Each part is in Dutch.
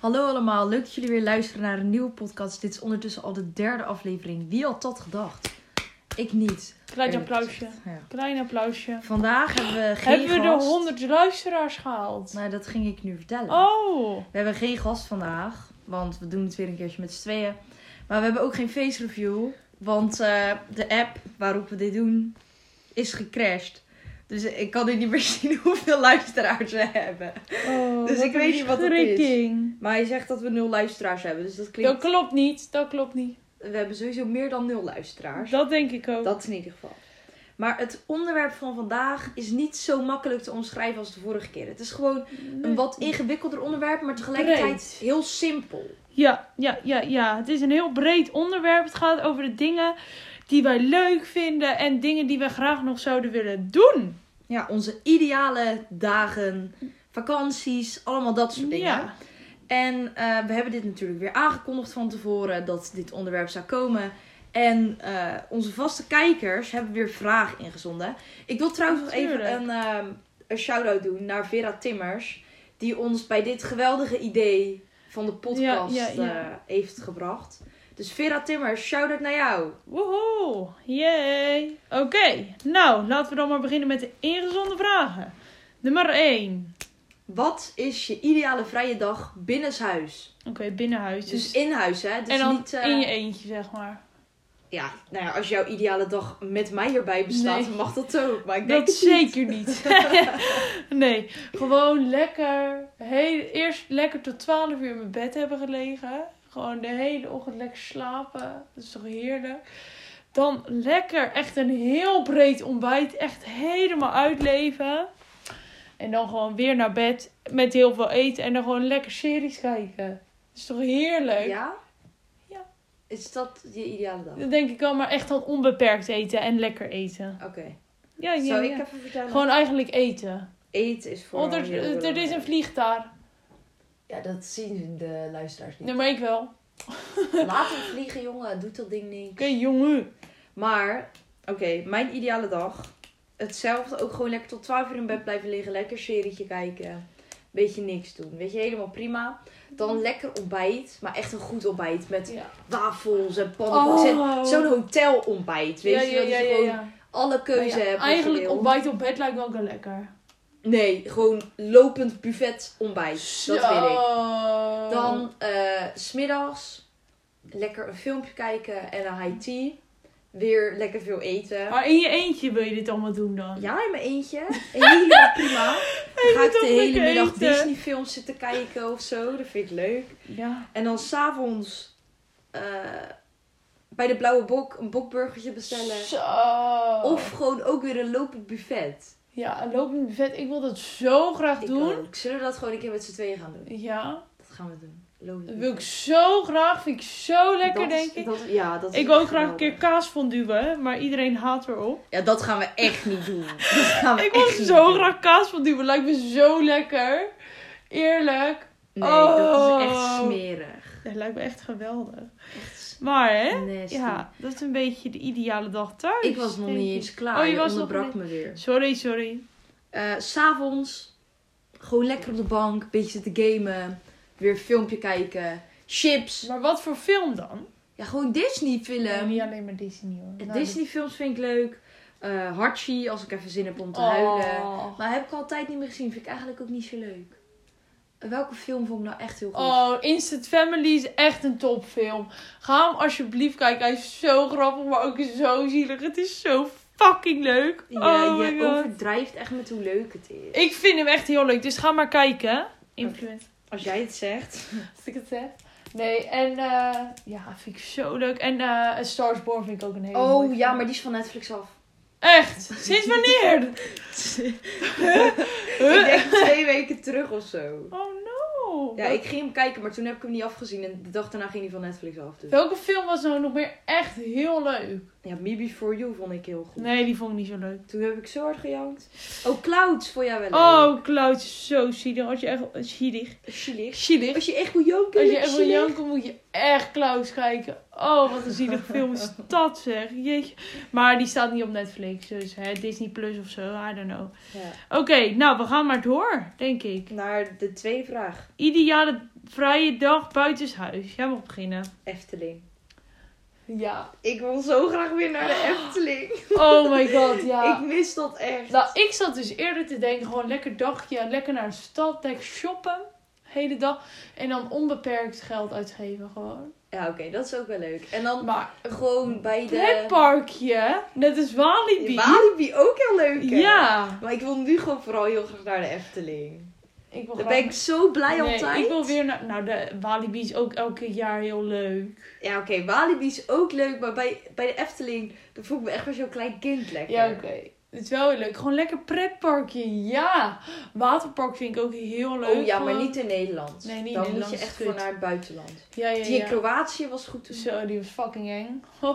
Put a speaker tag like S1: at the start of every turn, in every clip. S1: Hallo allemaal, leuk dat jullie weer luisteren naar een nieuwe podcast. Dit is ondertussen al de derde aflevering. Wie had dat gedacht? Ik niet.
S2: Klein
S1: eerlijk
S2: applausje.
S1: gezegd. Ja.
S2: Klein applausje.
S1: Vandaag hebben we geen
S2: Hebben we
S1: gast.
S2: de 100 luisteraars gehaald?
S1: Nou, dat ging ik nu vertellen.
S2: Oh!
S1: We hebben geen gast vandaag, want we doen het weer een keertje met z'n tweeën. Maar we hebben ook geen face review, want eh, de app waarop we dit doen is gecrashed. Dus ik kan nu niet meer zien hoeveel luisteraars we hebben.
S2: oh
S1: Dus
S2: wat
S1: ik
S2: een
S1: weet niet wat het is.
S2: verschrikking.
S1: Maar hij zegt dat we nul luisteraars hebben, dus dat
S2: Dat
S1: klinkt...
S2: klopt niet, dat klopt niet.
S1: We hebben sowieso meer dan nul luisteraars.
S2: Dat denk ik ook.
S1: Dat in ieder geval. Maar het onderwerp van vandaag is niet zo makkelijk te omschrijven als de vorige keer. Het is gewoon een wat ingewikkelder onderwerp, maar tegelijkertijd
S2: Breed.
S1: heel simpel.
S2: Ja, ja, ja, ja. Het is een heel breed onderwerp. Het gaat over de dingen die wij leuk vinden en dingen die wij graag nog zouden willen doen.
S1: Ja, onze ideale dagen, vakanties, allemaal dat soort dingen.
S2: Ja.
S1: En eh, we hebben dit natuurlijk weer aangekondigd van tevoren dat dit onderwerp zou komen. En eh, onze vaste kijkers hebben weer vragen ingezonden. Ik wil trouwens nog even
S2: Natuurlijk.
S1: een, ehm, een shout-out doen naar Vera Timmers. Die ons bij dit geweldige idee van de podcast
S2: Ja, ja, ja.
S1: eh, heeft gebracht. Dus Vera Timmers, shout-out naar jou.
S2: Woehoe! Yay! Oké, nou laten we dan maar beginnen met de ingezonde vragen. Nummer 1.
S1: Wat is je ideale vrije dag binnenshuis?
S2: Oké, binnenhuis.
S1: Dus in huis, hè? Dus
S2: en dan
S1: niet, eh,
S2: in je eentje, zeg maar.
S1: Ja, nou ja, als jouw ideale dag met mij erbij bestaat,
S2: Nee.
S1: dan mag dat ook. Maar ik denk
S2: Dat
S1: het niet.
S2: zeker niet. nee, gewoon lekker. Heel, eerst lekker tot 12 uur in mijn bed hebben gelegen. Gewoon de hele ochtend lekker slapen. Dat is toch heerlijk. Dan lekker echt een heel breed ontbijt. Echt helemaal uitleven. En dan gewoon weer naar bed met heel veel eten. En dan gewoon lekker series kijken. Dat is toch heerlijk?
S1: Ja?
S2: Ja.
S1: Is dat je ideale dag? Oké.
S2: Dan denk ik wel, maar echt dan onbeperkt eten en lekker eten. Ja, ja,
S1: Zou
S2: ja.
S1: ik even vertellen?
S2: Gewoon eigenlijk eten.
S1: Eten is voor
S2: Want Oh, er, eh, er, is een eh, vlieg daar.
S1: Ja, dat zien de luisteraars
S2: Nee, maar ik wel. Oké,
S1: Laat hem vliegen, jongen. Doet dat ding niet.
S2: jongen.
S1: Maar, oké, mijn ideale dag. Hetzelfde, ook gewoon lekker tot 12 uur in bed blijven liggen. Lekker serietje kijken. Beetje niks doen. Weet je, helemaal prima. Dan lekker ontbijt. Maar echt een goed ontbijt. Met
S2: Ja.
S1: wafels en pannenkoeken.
S2: Oh.
S1: Zo'n hotelontbijt. Weet
S2: Ja,
S1: je,
S2: ja,
S1: dat
S2: ja,
S1: je
S2: ja,
S1: gewoon
S2: ja.
S1: alle keuze
S2: Maar ja,
S1: hebt. wat je
S2: Eigenlijk
S1: wil.
S2: ontbijt op bed lijkt me ook wel lekker.
S1: Nee, gewoon lopend buffet ontbijt. Dat wil ik.
S2: Zo.
S1: Dan eh, s smiddags lekker een filmpje kijken en een high tea. Weer lekker veel eten.
S2: Maar in je eentje wil je dit allemaal doen dan?
S1: Ja, in mijn eentje. Helemaal prima. Dan ga ik de
S2: moet ook
S1: hele
S2: lekker
S1: middag
S2: eten.
S1: Disney films zitten kijken of zo. Dat vind ik leuk.
S2: Ja.
S1: En dan s'avonds eh bij de Blauwe Bok een bokburgertje bestellen.
S2: Zo.
S1: eh, Of gewoon ook weer een lopend buffet.
S2: Ja, een lopend buffet. Ik wil dat zo graag
S1: Ik
S2: doen.
S1: ook. Zullen we dat gewoon een keer met z'n tweeën gaan doen?
S2: Ja.
S1: Dat gaan we doen. Lopend
S2: Dat
S1: buffet.
S2: wil ik zo graag. Vind ik zo lekker,
S1: Dat is-
S2: denk ik.
S1: dat is- ja, dat is
S2: Ik wil ook
S1: echt
S2: graag een keer
S1: geweldig.
S2: kaas fonduen, maar iedereen haat erop.
S1: Ja, dat gaan we echt niet doen. Dat gaan we
S2: Ik
S1: echt
S2: wil
S1: niet
S2: zo
S1: doen.
S2: graag kaas fondue, lijkt me zo lekker. Eerlijk.
S1: Nee, dat is echt
S2: Oh.
S1: smerig.
S2: Dat lijkt me echt geweldig.
S1: Echt smerig.
S2: Maar hè?
S1: Nasty.
S2: Ja, dat is een beetje de ideale dag thuis.
S1: Ik was nog
S2: denk
S1: niet
S2: ik.
S1: eens klaar.
S2: Oh,
S1: je
S2: je was nog
S1: onderbrak
S2: niet-
S1: me weer.
S2: Sorry, sorry.
S1: Eh, S S'avonds gewoon lekker op de bank, een beetje zitten gamen, weer een filmpje kijken, chips.
S2: Maar wat voor film dan?
S1: Ja, gewoon Disney-film.
S2: Nee, niet alleen maar Disney hoor. Nou,
S1: Disney-films vind ik leuk. Eh Harchi, als ik even zin heb om
S2: dit-
S1: te huilen.
S2: Oh.
S1: Maar heb ik al tijd niet meer gezien, vind ik eigenlijk ook niet zo leuk. Eh, Welke film vond ik nou echt heel goed?
S2: Oh, Instant Family is echt een topfilm. Ga hem alsjeblieft kijken. Hij is zo grappig, maar ook zo zielig. Het is zo fucking leuk.
S1: Ja,
S2: oh my
S1: je
S2: god.
S1: overdrijft echt met hoe leuk het is.
S2: Ik vind hem echt heel leuk, dus ga maar kijken. Influencer.
S1: Als jij het zegt.
S2: Als ik het zeg. Nee, en eh, ja, vind ik zo leuk. En eh Stars Born vind ik ook een hele mooie
S1: Oh
S2: film.
S1: ja, maar die is van Netflix af.
S2: Echt? Sinds wanneer?
S1: ik denk twee weken terug of zo.
S2: Oh no.
S1: Ja, ik ging hem kijken, maar toen heb ik hem niet afgezien. En de dag daarna ging hij van Netflix af. Dus.
S2: Welke film was nou nog meer echt heel leuk?
S1: Ja, Me Before You vond ik heel goed.
S2: Nee, die vond ik niet zo leuk.
S1: Toen heb ik zo hard gejankt. Oh, Clouds vond jij wel leuk.
S2: Oh, Cloud is zo zielig. Als je echt zielig.
S1: Chili.
S2: Zielig.
S1: Als je echt wil janken,
S2: Als je
S1: leuk
S2: echt wil
S1: chili.
S2: janken, moet je echt Klaus kijken. Oh, wat een zielig film is dat zeg. Jeetje. Maar die staat niet op Netflix. Dus hè, Disney Plus of zo, I don't know.
S1: Ja.
S2: Oké, nou we gaan maar door, denk ik.
S1: Naar de tweede vraag.
S2: Ideale Vrije dag buitenshuis. Jij mag beginnen.
S1: Efteling.
S2: Ja.
S1: Ik wil zo graag weer naar de Efteling.
S2: Oh my god, ja.
S1: Ik mis dat echt.
S2: Nou, ik zat dus eerder te denken, gewoon lekker dagje, lekker naar de stad, lekker shoppen. Hele dag. En dan onbeperkt geld uitgeven gewoon.
S1: Ja, oké, dat is ook wel leuk. En dan
S2: Maar een
S1: gewoon bij de...
S2: pretparkje, net als Walibi.
S1: Walibi ook heel leuk, hè?
S2: Ja.
S1: Maar ik wil nu gewoon vooral heel graag naar de Efteling.
S2: Ik wil
S1: Daar ben
S2: graag-
S1: ik zo blij
S2: Nee,
S1: altijd.
S2: ik wil weer naar... Nou, de Walibi is ook elke jaar heel leuk.
S1: Ja, oké, Walibi is ook leuk, maar bij, bij de Efteling, dan voel ik me echt wel zo'n klein kind lekker.
S2: Ja, oké. Het is wel heel leuk. Gewoon lekker pretparkje, ja. Waterpark vind ik ook heel leuk.
S1: Oh ja, maar
S2: gewoon.
S1: niet in Nederland.
S2: Nee, niet in
S1: dan
S2: Nederland,
S1: moet je
S2: is
S1: echt
S2: kut.
S1: gewoon naar het buitenland.
S2: Ja, ja,
S1: Die in
S2: ja.
S1: Kroatië was goed te
S2: Zo, die was fucking eng.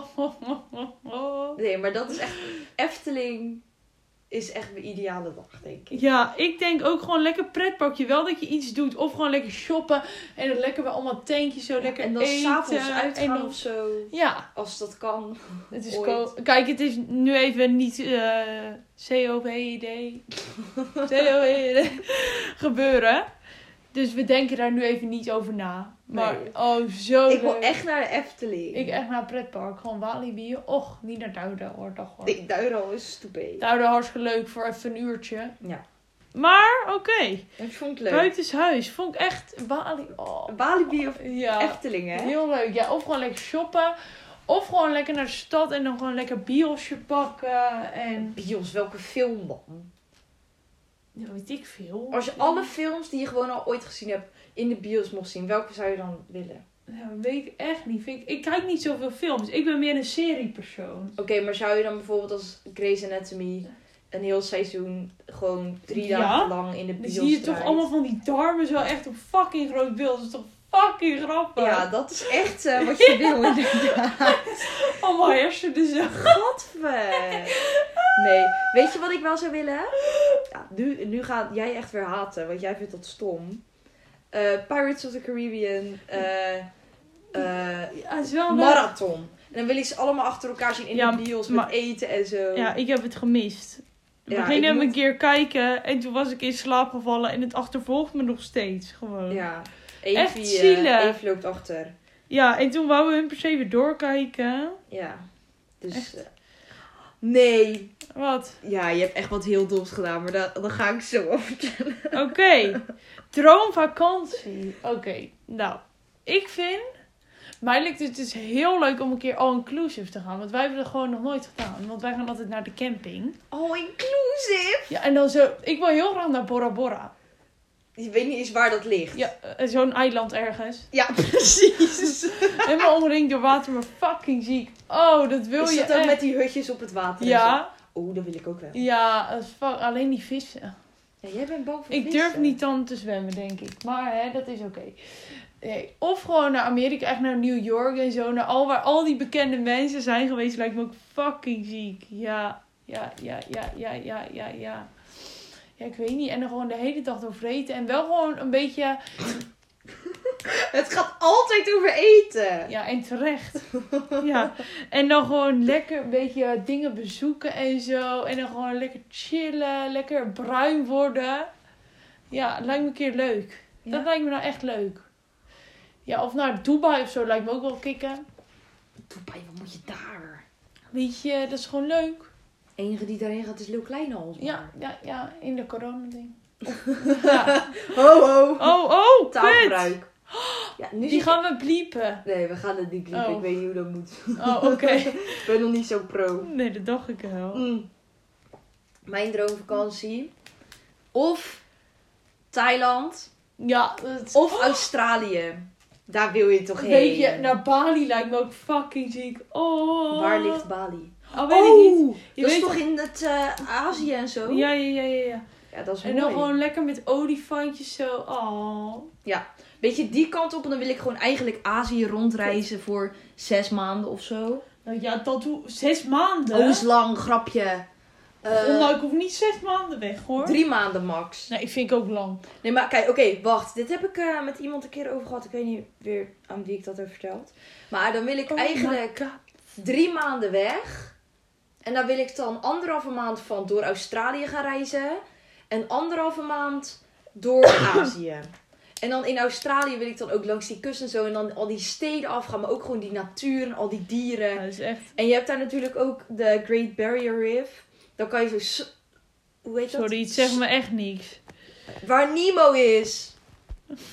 S1: Nee, maar dat is echt... Efteling is echt mijn ideale dag, denk ik.
S2: Ja, ik denk ook gewoon lekker pretparkje. Wel dat je iets doet. Of gewoon lekker shoppen. En dan lekker bij allemaal tentjes zo lekker
S1: en dan
S2: eten.
S1: s'avonds uitgaan
S2: En dan-
S1: of zo.
S2: Ja,
S1: Als dat kan.
S2: het is
S1: Ooit.
S2: ko- Kijk, het is nu even niet eh COVID. COVID gebeuren. Dus we denken daar nu even niet over na. Maar
S1: Nee.
S2: oh, zo
S1: ik wil
S2: leuk.
S1: echt naar de Efteling.
S2: Ik echt naar het pretpark. Gewoon Walibi. Och, niet naar Duiden hoor. Toch hoor.
S1: Nee, Duiro is stupé.
S2: Duiden hartstikke leuk voor even een uurtje.
S1: Ja,
S2: Maar oké.
S1: ik vond het leuk.
S2: Buitenshuis. Vond ik echt Walibi. Oh.
S1: Walibi of
S2: Ja,
S1: Efteling, hè?
S2: heel leuk. Ja, of gewoon lekker shoppen. Of gewoon lekker naar de stad en dan gewoon lekker biosje pakken. En
S1: Bios, welke film dan?
S2: ja, weet ik veel.
S1: Als je alle films die je gewoon al ooit gezien hebt in de bios mocht zien, welke zou je dan willen?
S2: Ja, weet ik echt niet. Vind ik, ik kijk niet zoveel films. Ik ben meer een seriepersoon.
S1: Oké, maar zou je dan bijvoorbeeld als Grey's Anatomy een heel seizoen gewoon drie
S2: Ja.
S1: dagen lang in de
S2: Dan
S1: bios
S2: zie je toch
S1: draait?
S2: allemaal van die darmen zo echt op fucking groot beeld. Dat is toch fucking grappig.
S1: Ja, dat is echt eh, wat je wil inderdaad.
S2: Allemaal hersenen zo.
S1: Gadver. Nee, weet je wat ik wel zou willen? Ja, nu, nu ga jij echt weer haten, want jij vindt dat stom. Eh, Pirates of the Caribbean. eh, eh,
S2: Ja, is wel leuk.
S1: marathon. En dan wil ik ze allemaal achter elkaar zien in
S2: Ja,
S1: de bios
S2: maar-
S1: met eten en zo.
S2: Ja, ik heb het gemist. We
S1: Ja, ik
S2: gingen hem
S1: moet-
S2: een keer kijken en toen was ik in slaap gevallen en het achtervolgt me nog steeds gewoon.
S1: Ja.
S2: Echt
S1: Evie, eh,
S2: zielig.
S1: Evie loopt achter.
S2: Ja, en toen wouden we hem per se weer doorkijken.
S1: Ja. Dus... eh, nee.
S2: Wat?
S1: Ja, je hebt echt wat heel doms gedaan, maar daar, daar ga ik zo over vertellen.
S2: Oké. Droomvakantie. Oké. Nou, ik vind... Mij lijkt het dus heel leuk om een keer all-inclusive te gaan. Want wij hebben dat gewoon nog nooit gedaan. Want wij gaan altijd naar de camping.
S1: All Oh, inclusive.
S2: Ja, en dan zo... Ik wil heel graag naar Bora Bora.
S1: Je weet niet eens waar dat ligt.
S2: Ja, eh, zo'n eiland ergens.
S1: Ja, precies.
S2: Helemaal omringd door water, maar fucking ziek. Oh, dat wil
S1: Is
S2: je
S1: dat ook
S2: echt.
S1: met die hutjes op het water? en zo?
S2: Ja,
S1: Oeh, dat wil ik ook wel.
S2: ja. als fuck, Alleen die vissen.
S1: Ja, jij bent bang voor
S2: Ik
S1: vissen.
S2: durf niet dan te zwemmen, denk ik. Maar hè, dat is oké. Nee, Of gewoon naar Amerika, echt naar New York en zo. Naar al waar al die bekende mensen zijn geweest, lijkt me ook fucking ziek. Ja, ja, ja, ja, ja, ja, ja, ja. Ja, ik weet niet. En dan gewoon de hele dag door vreten. En wel gewoon een beetje...
S1: Het gaat altijd over eten.
S2: Ja, en terecht. Ja. En dan gewoon lekker een beetje dingen bezoeken en zo. En dan gewoon lekker chillen. Lekker bruin worden. Ja, lijkt me een keer leuk.
S1: Ja.
S2: Dat lijkt me nou echt leuk. Ja, of naar Dubai of zo lijkt me ook wel kicken.
S1: Dubai, wat moet je daar?
S2: Weet je, dat is gewoon leuk.
S1: enige die daarheen gaat is Leeuw Kleinhals.
S2: Ja, ja, ja, in de coronading. Ja.
S1: Ho, ho.
S2: Oh, oh, kut.
S1: Taalgebruik. Ja, nu
S2: Die gaan we bliepen.
S1: Nee, we gaan het niet liepen.
S2: Oh.
S1: Ik weet niet hoe dat moet.
S2: Oh, oké.
S1: Ik ben nog niet zo pro.
S2: Nee, dat dacht ik wel.
S1: Mm. Mijn droomvakantie. Of Thailand.
S2: Ja, dat
S1: Of Australië. Daar wil je toch heen?
S2: Weet je,
S1: nou-
S2: naar Bali lijkt me ook fucking ziek. Oh.
S1: Waar ligt Bali?
S2: Oh, weet ik niet. Je
S1: dat is
S2: weet
S1: toch in het eh, Azië en zo?
S2: Ja, ja, ja, ja. ja.
S1: Ja, dat is
S2: En
S1: mooi.
S2: dan gewoon lekker met olifantjes zo. Oh.
S1: Weet je, die kant op en dan wil ik gewoon eigenlijk Azië rondreizen voor zes maanden of zo.
S2: Nou ja, dat doe zes maanden.
S1: Oh, is lang, grapje. Eh,
S2: nou, ik hoef niet zes maanden weg hoor.
S1: drie maanden max.
S2: Nee, ik vind ik ook lang.
S1: Nee, maar kijk, oké, wacht. Dit heb ik eh, met iemand een keer over gehad. Ik weet niet weer aan wie ik dat heb verteld. Maar dan wil ik
S2: Oh my
S1: eigenlijk drie maanden weg. En dan wil ik dan anderhalve maand van door Australië gaan reizen. En anderhalve maand door Azië. En dan in Australië wil ik dan ook langs die kust en zo. En dan al die steden afgaan. Maar ook gewoon die natuur en al die dieren.
S2: dat is echt...
S1: En je hebt daar natuurlijk ook de Great Barrier Reef. Dan kan je zo... s- Hoe heet dat?
S2: Sorry, het zegt me echt niks.
S1: Waar Nemo is.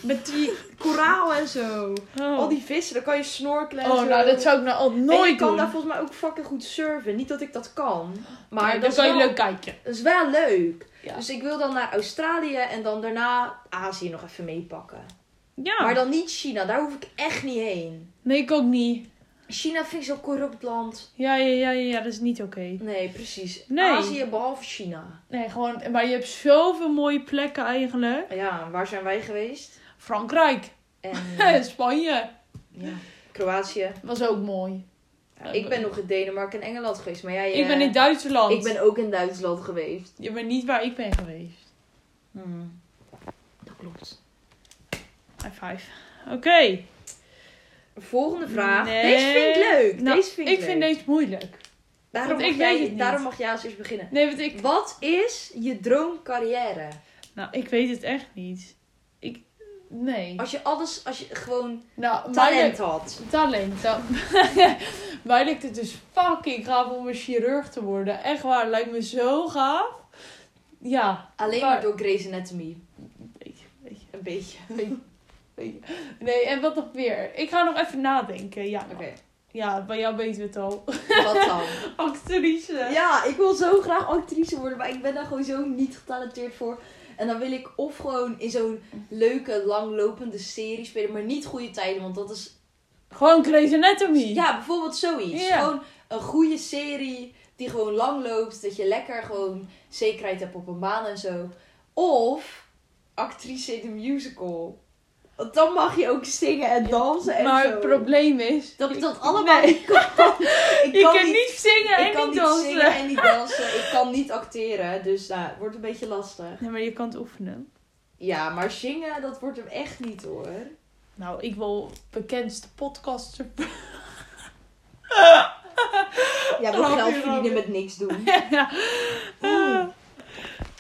S1: Met die koraal en zo.
S2: Oh,
S1: Al die vissen, dan kan je snorkelen en
S2: oh
S1: zo.
S2: nou, dat zou ik nou al nooit
S1: En je kan
S2: doen.
S1: daar volgens mij ook fucking goed surfen. Niet dat ik dat kan. Maar
S2: Maar
S1: dat
S2: dan
S1: is
S2: kan je
S1: wel-
S2: leuk kijken.
S1: Dat is wel leuk.
S2: Ja.
S1: Dus ik wil dan naar Australië en dan daarna Azië nog even meepakken.
S2: Ja.
S1: Maar dan niet China, daar hoef ik echt niet heen.
S2: Nee, ik ook niet.
S1: China vind ik zo'n corrupt land.
S2: Ja, ja, ja, ja, ja, dat is niet oké.
S1: Nee, precies.
S2: Nee.
S1: Azië behalve China.
S2: Nee, gewoon... Maar je hebt zoveel mooie plekken eigenlijk.
S1: Ja, waar zijn wij geweest?
S2: Frankrijk.
S1: En
S2: Spanje.
S1: ja, Kroatië.
S2: Was ook mooi.
S1: Ja, ik ben nog in Denemarken en Engeland geweest. Maar jij,
S2: Ik ben in
S1: eh,
S2: Duitsland.
S1: ik ben ook in Duitsland geweest.
S2: Je bent niet waar ik ben geweest. Hmm.
S1: Dat klopt.
S2: High five. Oké.
S1: Volgende vraag.
S2: Nee.
S1: Deze vind ik leuk.
S2: Nou,
S1: deze vind ik,
S2: ik vind
S1: leuk.
S2: deze moeilijk.
S1: daarom,
S2: want
S1: mag
S2: ik
S1: jij,
S2: weet het niet.
S1: daarom mag jij als eerst beginnen.
S2: Nee, want ik...
S1: Wat is je droomcarrière?
S2: Nou, ik weet het echt niet. Ik... Nee.
S1: Als je alles, als je gewoon
S2: Nou, mij
S1: Oh, talent
S2: lukt...
S1: had.
S2: Talent. dan- mij lukt het dus fucking gaaf om een chirurg te worden. Echt waar, lijkt me zo gaaf. Ja.
S1: Alleen
S2: Maar-
S1: maar door Grey's Anatomy.
S2: Beetje, beetje,
S1: Een beetje.
S2: beetje. Nee, en wat nog meer? Ik ga nog even nadenken. Ja,
S1: Oké,
S2: ja bij jou weten we het al.
S1: wat dan?
S2: Actrice.
S1: Ja, ik wil zo graag actrice worden, maar ik ben daar gewoon zo niet getalenteerd voor. En dan wil ik of gewoon in zo'n leuke, langlopende serie spelen, maar niet goede tijden, want dat is...
S2: Gewoon Grey's Anatomy.
S1: Ja, bijvoorbeeld zoiets.
S2: Ja.
S1: Gewoon een goede serie die gewoon lang loopt, dat je lekker gewoon zekerheid hebt op een baan en zo. Of actrice in een musical. Want dan mag je ook zingen en dansen en
S2: maar
S1: zo.
S2: het probleem is...
S1: Dat ik
S2: ik-
S1: dat allemaal ik kan. Ik
S2: je
S1: kan
S2: kan
S1: niet,
S2: niet zingen
S1: ik
S2: en
S1: kan
S2: niet
S1: niet
S2: dansen.
S1: zingen en niet dansen. Ik kan niet acteren, dus nou, het wordt een beetje lastig.
S2: Nee, maar je kan het oefenen.
S1: Ja, maar zingen, dat wordt hem echt niet hoor.
S2: Nou, ik wil bekendste podcaster.
S1: Ja, wil
S2: Grapje,
S1: geld verdienen
S2: grapje.
S1: met niks doen.
S2: Ja.
S1: Oeh.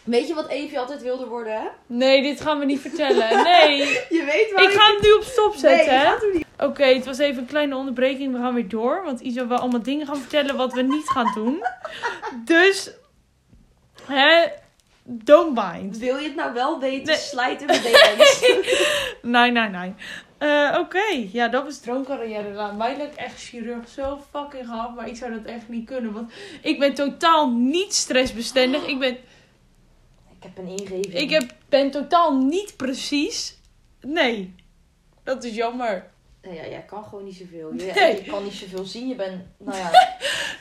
S1: Weet je wat Evie altijd wilde worden?
S2: Nee, dit gaan we niet vertellen. Nee.
S1: Je weet waar
S2: Ik ga hem nu op stop zetten.
S1: Nee,
S2: hè? Oké, het was even een kleine onderbreking. We gaan weer door. Want Isa wil allemaal dingen gaan vertellen wat we niet gaan doen. Dus, hè, don't mind.
S1: Wil je het nou wel weten?
S2: Nee.
S1: Slijt in de DM's.
S2: Nee, nee, nee. Eh, Oké, ja, dat was droomcarrière. Nou, mij lijkt echt chirurg zo fucking gaaf, maar ik zou dat echt niet kunnen. Want ik ben totaal niet stressbestendig. Ik ben,
S1: Ik heb een ingeving.
S2: ik heb, ben totaal niet precies. Nee, dat is jammer.
S1: Nou Ja, jij kan gewoon niet zoveel. Je,
S2: Nee.
S1: je kan niet zoveel zien. Je bent, nou ja,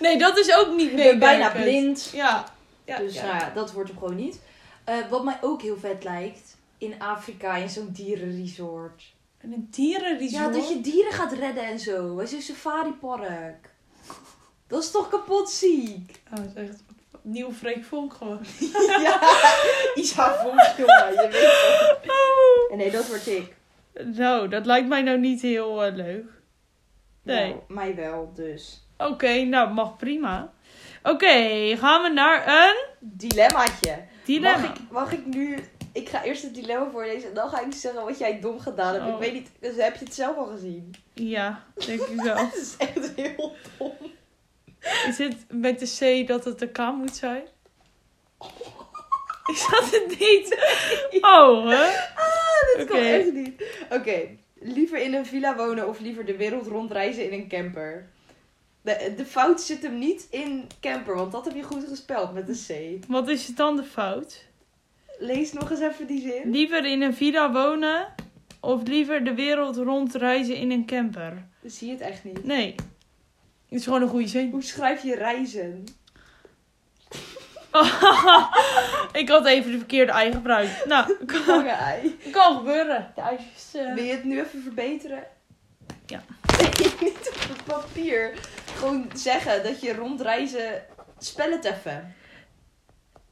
S2: Nee, dat is ook niet
S1: je
S2: meer.
S1: bent bijna blind.
S2: Ja, ja,
S1: dus
S2: ja.
S1: nou ja, dat wordt hem gewoon niet. Eh, wat mij ook heel vet lijkt, in Afrika, in zo'n dierenresort.
S2: En een dierenresort.
S1: Ja, dat je dieren gaat redden en zo. En zo'n safaripark. Dat is toch kapot ziek?
S2: Oh, dat is echt nieuw Freek Vonk gewoon.
S1: ja, iets haarvols, jongen. Je weet het. En nee, dat word ik.
S2: Oh. Nou, dat lijkt mij nou niet heel eh, leuk. Nee.
S1: Nou, mij wel, dus.
S2: Oké, nou mag prima. Oké, gaan we naar een
S1: Dilemmaatje.
S2: dilemma.
S1: Mag ik, mag ik nu... Ik ga eerst het dilemma voorlezen en dan ga ik zeggen wat jij dom gedaan hebt. Ik
S2: Oh.
S1: weet niet, dus heb je het zelf al gezien?
S2: Ja, denk ik wel.
S1: Het is echt heel dom.
S2: Is het met de C dat het de K moet zijn? Is dat het niet? Oh, hè?
S1: Ah, dit kan
S2: Oké.
S1: echt niet. Oké, liever in een villa wonen of liever de wereld rondreizen in een camper? De, de fout zit hem niet in camper, want dat heb je goed gespeld met een C.
S2: Wat is het dan de fout?
S1: Lees nog eens even die zin.
S2: Liever in een villa wonen of liever de wereld rondreizen in een camper?
S1: Zie je het echt niet.
S2: Nee. Het is gewoon een goede zin.
S1: Hoe schrijf je reizen?
S2: ik had even de verkeerde ei gebruikt. Nou, kan,
S1: Lange ei.
S2: kan gebeuren. De ijsjes. eh,
S1: Wil je het nu even verbeteren?
S2: Ja.
S1: Nee, niet op het papier. Gewoon zeggen dat je rondreizen... Spel het even.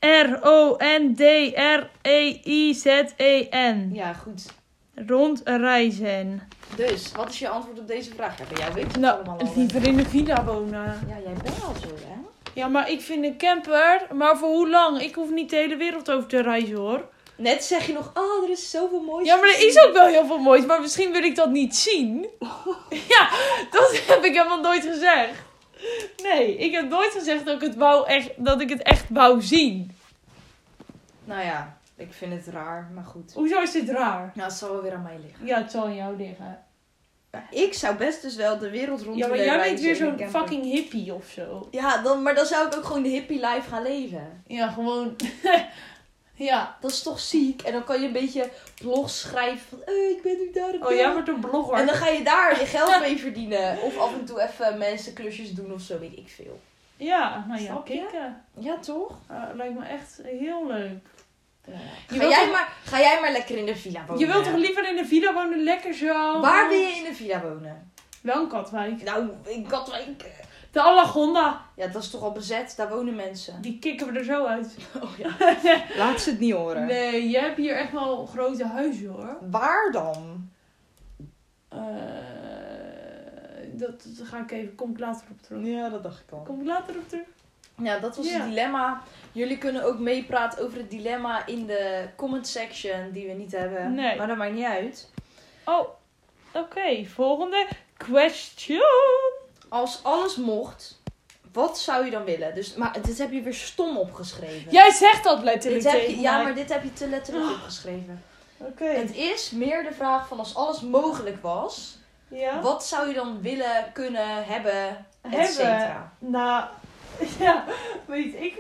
S2: R-O-N-D-R-E-I-Z-E-N.
S1: Ja, goed.
S2: Rondreizen.
S1: Dus, wat is je antwoord op deze vraag? Ja, bij jou weet je het allemaal al.
S2: Nou,
S1: hè?
S2: liever in een villa wonen.
S1: Ja, jij bent al zo, hè?
S2: Ja, maar ik vind een camper. Maar voor hoe lang? Ik hoef niet de hele wereld over te reizen hoor.
S1: Net zeg je nog, oh, er is zoveel moois.
S2: Ja, maar er
S1: gezien.
S2: is ook wel heel veel moois, maar misschien wil ik dat niet zien. Ja, dat heb ik helemaal nooit gezegd. Nee, ik heb nooit gezegd dat ik het, wou echt, dat ik het echt wou zien.
S1: Nou ja, ik vind het raar, maar goed.
S2: Hoezo is dit raar?
S1: Nou, het zal wel weer aan mij liggen.
S2: Ja, het zal aan jou liggen.
S1: Ik zou best dus wel de wereld rond
S2: Ja, maar
S1: willen
S2: jij
S1: reizen
S2: bent weer
S1: in een
S2: zo'n
S1: camper.
S2: fucking hippie of zo.
S1: Ja, dan, maar dan zou ik ook gewoon de hippie life gaan leven.
S2: Ja, gewoon. ja.
S1: Dat is toch ziek? En dan kan je een beetje blogs schrijven van, eh, ik ben nu daar. en
S2: Oh,
S1: daar.
S2: jij wordt een blogger.
S1: En dan ga je daar je geld mee verdienen. Of af en toe even mensen klusjes doen of zo, weet ik veel.
S2: Ja, nou ja,
S1: Snap je?
S2: kikken.
S1: Ja, toch?
S2: Eh, lijkt me echt heel leuk.
S1: Ga,
S2: Je wilt
S1: jij
S2: toch-
S1: maar, ga jij maar lekker in de villa wonen.
S2: Je wilt toch liever in een villa wonen, lekker zo?
S1: Waar wil je in de villa wonen?
S2: Wel in Katwijk.
S1: Nou, in Katwijk. eh,
S2: De Alagonda,
S1: Ja, dat is toch al bezet? Daar wonen mensen.
S2: die kikken we er zo uit.
S1: Oh ja. Laat ze het niet horen.
S2: Nee, je hebt hier echt wel grote huizen hoor.
S1: Waar dan?
S2: Eh, dat, dat ga ik even, kom ik later op terug.
S1: Ja, dat dacht ik al.
S2: Kom ik later op terug.
S1: Ja, dat was
S2: Ja.
S1: het dilemma. Jullie kunnen ook meepraten over het dilemma in de comment section die we niet hebben.
S2: Nee.
S1: Maar dat maakt niet uit.
S2: Oh, oké, volgende question.
S1: Als alles mocht, wat zou je dan willen? Dus, maar dit heb je weer stom opgeschreven.
S2: Jij zegt dat
S1: dit
S2: letterlijk
S1: heb
S2: tegen
S1: je, ja,
S2: mij.
S1: maar dit heb je te letterlijk opgeschreven.
S2: Oké,
S1: Het is meer de vraag van als alles mogelijk was,
S2: ja.
S1: wat zou je dan willen, kunnen, hebben, et
S2: Hebben.
S1: cetera?
S2: Nou, ja, weet ik.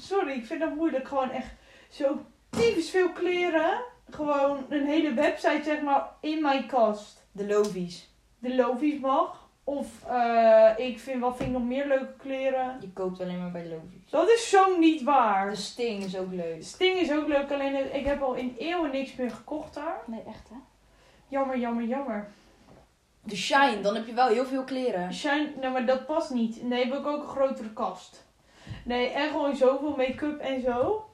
S2: Sorry, ik vind dat moeilijk. Gewoon echt zo typisch veel kleren. Gewoon een hele website, zeg maar, in mijn kast.
S1: De lovies.
S2: De lovies mag. Of eh, ik vind, wat vind ik nog meer leuke kleren?
S1: Je koopt alleen maar bij lovies.
S2: Dat is zo niet
S1: De
S2: waar.
S1: sting is ook leuk.
S2: Sting is ook leuk, alleen ik heb al in eeuwen niks meer gekocht daar.
S1: Nee, echt hè?
S2: Jammer, jammer, jammer.
S1: De shine, dan heb je wel heel veel kleren.
S2: Shine, nou maar dat past niet. Nee, wil ik ook een grotere kast. Nee, en gewoon zoveel make-up en zo.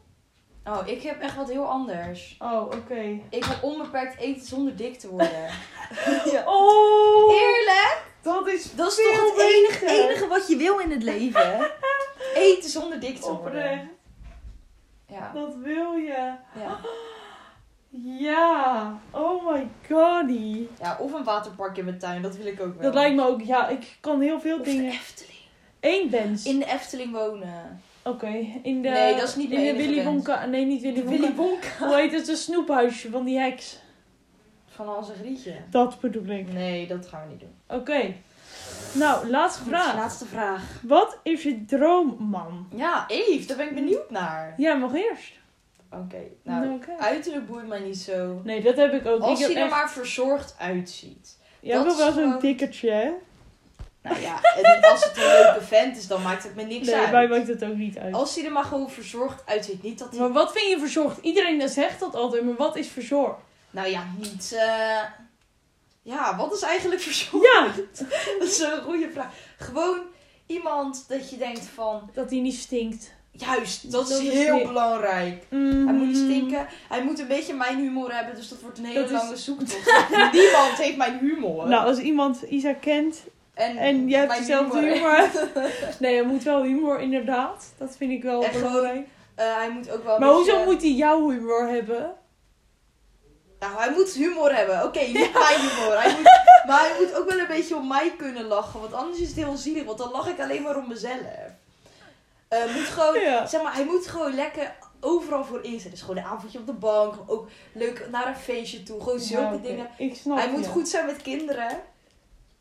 S1: Oh, ik heb echt wat heel anders.
S2: Oh, oké.
S1: Ik wil onbeperkt eten zonder dik te worden. ja.
S2: Oh!
S1: Eerlijk?
S2: Dat is
S1: Dat is
S2: veel
S1: toch het enige,
S2: beter.
S1: enige wat je wil in het leven? eten zonder dik te worden.
S2: Oprecht.
S1: Ja.
S2: Dat wil je.
S1: Ja.
S2: Ja. Oh my goddy.
S1: ja, of een waterpark in mijn tuin, dat wil ik ook wel.
S2: Dat lijkt me ook. Ja, ik kan heel veel
S1: Of de
S2: dingen.
S1: Efteling.
S2: Eén wens.
S1: In de Efteling wonen.
S2: Oké. In de.
S1: Nee, dat is niet
S2: In
S1: mijn
S2: de
S1: enige
S2: Willy
S1: wens.
S2: Wonka. Nee, niet Willy Wonka.
S1: Wonka.
S2: Hoe heet het? Een snoephuisje van die heks.
S1: Van Hans en Grietje.
S2: Dat bedoel ik.
S1: Nee, dat gaan we niet doen.
S2: Oké. Nou, laatste
S1: Goed,
S2: vraag.
S1: laatste vraag.
S2: Wat is je droomman?
S1: Ja, Eve, daar ben ik benieuwd naar.
S2: Jij mag eerst.
S1: Oké, nou,
S2: Oké.
S1: uiterlijk boeit mij niet zo.
S2: Nee, dat heb ik ook.
S1: Als
S2: ik heb
S1: hij er
S2: echt...
S1: maar verzorgd uitziet.
S2: Jij
S1: dat
S2: wil wel
S1: is
S2: zo'n
S1: gewoon-
S2: tikkertje, hè?
S1: Nou ja, en als het een leuke vent is, dan maakt het me niks
S2: Nee,
S1: uit.
S2: mij maakt het ook niet uit.
S1: Als hij er maar gewoon verzorgd uitziet. Niet dat hij...
S2: Maar wat vind je verzorgd? Iedereen zegt dat altijd, maar wat is verzorgd?
S1: Nou ja, niet... eh, Ja, wat is eigenlijk verzorgd?
S2: Ja,
S1: Dat is een goede vraag. Gewoon iemand dat je denkt van...
S2: dat hij niet stinkt.
S1: Juist, dat,
S2: Dat
S1: is
S2: is
S1: heel
S2: weer-
S1: belangrijk.
S2: Mm.
S1: Hij moet niet stinken. Hij moet een beetje mijn humor hebben, dus dat wordt een hele
S2: Dat is-
S1: lange zoektocht. Niemand heeft mijn humor.
S2: Nou, als iemand Isa kent en jij hebt
S1: Mm, mijn
S2: dezelfde
S1: humor-
S2: humor. nee, hij moet wel humor, inderdaad. Dat vind ik wel
S1: En gewoon
S2: belangrijk.
S1: Eh, hij moet ook wel een
S2: Maar hoezo
S1: beetje-
S2: moet hij jouw humor hebben?
S1: Nou, hij moet humor hebben. Oké, niet mijn humor. Hij moet, maar hij moet ook wel een beetje om mij kunnen lachen. Want anders is het heel zielig. Want dan lach ik alleen maar om mezelf. Eh, moet gewoon,
S2: Ja.
S1: zeg maar, hij moet gewoon lekker overal voor inzetten. Dus gewoon een avondje op de bank. maar Ook leuk naar een feestje toe. Gewoon zulke
S2: Ja, Nou, oké.
S1: dingen.
S2: Ik snap
S1: hij
S2: je.
S1: moet goed zijn met kinderen.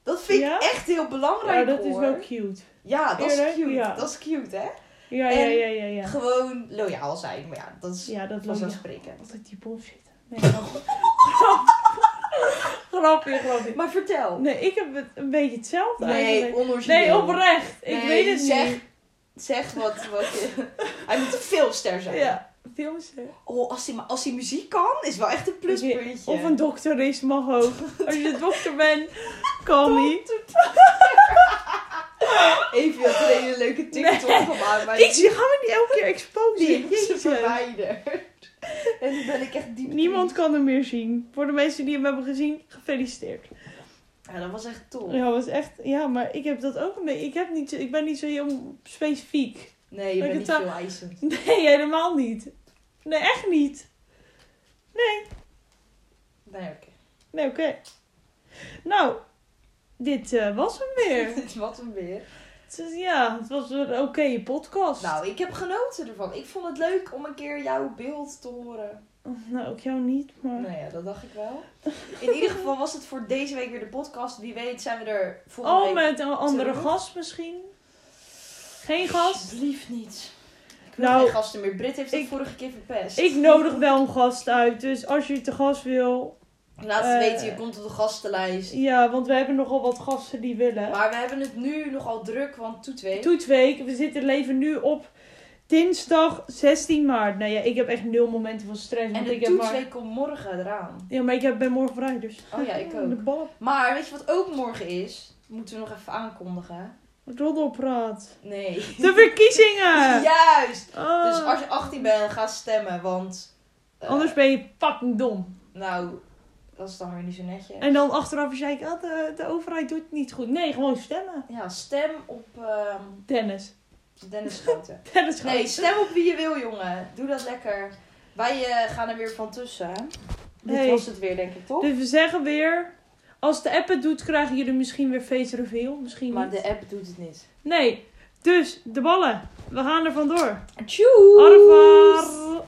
S1: Dat vind
S2: Ja?
S1: ik echt heel
S2: Ja,
S1: belangrijk
S2: dat is
S1: hoor.
S2: wel cute.
S1: Ja, dat is
S2: Eerlijk?
S1: cute.
S2: Ja.
S1: Dat is cute, hè?
S2: Ja,
S1: En-
S2: ja, ja, ja, ja.
S1: Gewoon loyaal zijn. Maar ja, dat is
S2: Ja, dat loopt ja.
S1: vanzelfsprekend.
S2: Altijd die bullshit. Nee. grapje, grapje.
S1: Maar vertel.
S2: Nee, ik heb het een beetje hetzelfde
S1: Nee,
S2: eigenlijk.
S1: onorigineel.
S2: Nee, oprecht. Ik
S1: Nee,
S2: weet het
S1: zeg,
S2: niet.
S1: Zeg wat, wat je... Hij moet een filmster zijn.
S2: Ja, films. hè.
S1: Oh, als hij, maar als hij muziek kan, is wel echt een pluspuntje.
S2: Of een dokter is, mag ook. Als je dokter bent, kan niet.
S1: Even had er een hele leuke TikTok
S2: Nee.
S1: gemaakt, maar
S2: Ik zie, ga me niet elke keer
S1: die
S2: exposen.
S1: heeft ze
S2: Jezus.
S1: verwijderd. En nu ben ik echt diep...
S2: Niemand kan hem meer zien. Voor de mensen die hem hebben gezien, gefeliciteerd.
S1: Ja, dat was echt tof.
S2: Ja, was echt, ja maar ik heb dat ook een beetje. Ik, heb niet, zo- ik ben niet zo heel specifiek.
S1: Nee, je
S2: Ik
S1: bent
S2: het
S1: niet
S2: zou-
S1: veel eisend.
S2: Nee, helemaal niet. Nee, echt niet.
S1: Nee, oké.
S2: Nee, oké. Nou, dit eh, was hem weer.
S1: Wat een weer.
S2: Het is- ja, het was een oké podcast.
S1: Nou, ik heb genoten ervan. Ik vond het leuk om een keer jouw beeld te horen.
S2: Nou, ook jou niet, maar...
S1: Nou ja, dat dacht ik wel. In ieder geval was het voor deze week weer de podcast. Wie weet zijn we er volgende
S2: Oh,
S1: week.
S2: met een andere
S1: terug.
S2: gast misschien? Geen gast?
S1: Alsjeblieft niet. Ik wil
S2: Nou,
S1: geen gasten meer. Britt heeft het
S2: ik-
S1: vorige keer verpest.
S2: Ik nodig wel een gast uit, dus als je te gast wil...
S1: Laat het
S2: eh,
S1: weten, je komt op de gastenlijst.
S2: Ja, want we hebben nogal wat gasten die willen.
S1: Maar we hebben het nu nogal druk, want toet weet.
S2: Toetsweek, we zitten leven nu op dinsdag 16 maart. Nou ja, ik heb echt nul momenten van stress.
S1: En
S2: Want
S1: de
S2: ik heb maar...
S1: toetsweek komt morgen eraan.
S2: Ja, maar ik heb, ben morgen vrij, dus...
S1: Oh ja, ik
S2: De
S1: ook.
S2: bal.
S1: Maar weet je wat ook morgen is? Moeten we nog even aankondigen.
S2: Roddelpraat.
S1: Nee.
S2: De verkiezingen!
S1: Juist!
S2: Oh.
S1: Dus als je 18 bent, ga stemmen, want... eh,
S2: Anders ben je fucking dom.
S1: Nou, dat is dan weer niet zo netjes.
S2: En dan achteraf zei ik, ah, de, de overheid doet het niet goed. Nee, gewoon stemmen.
S1: Ja, stem op ehm,
S2: Dennis.
S1: Dennis Schouten.
S2: Dennis gaat.
S1: Nee, stem op wie je wil, jongen. Doe dat lekker. Wij eh, gaan er weer van tussen.
S2: Hey.
S1: Dit was het weer, denk ik, toch?
S2: Dus we zeggen weer, als de app het doet, krijgen jullie misschien weer face reveal. Misschien
S1: Maar
S2: niet.
S1: de app doet het niet.
S2: Nee, dus de ballen. We gaan er vandoor.
S1: Tjoe!
S2: Arvaar.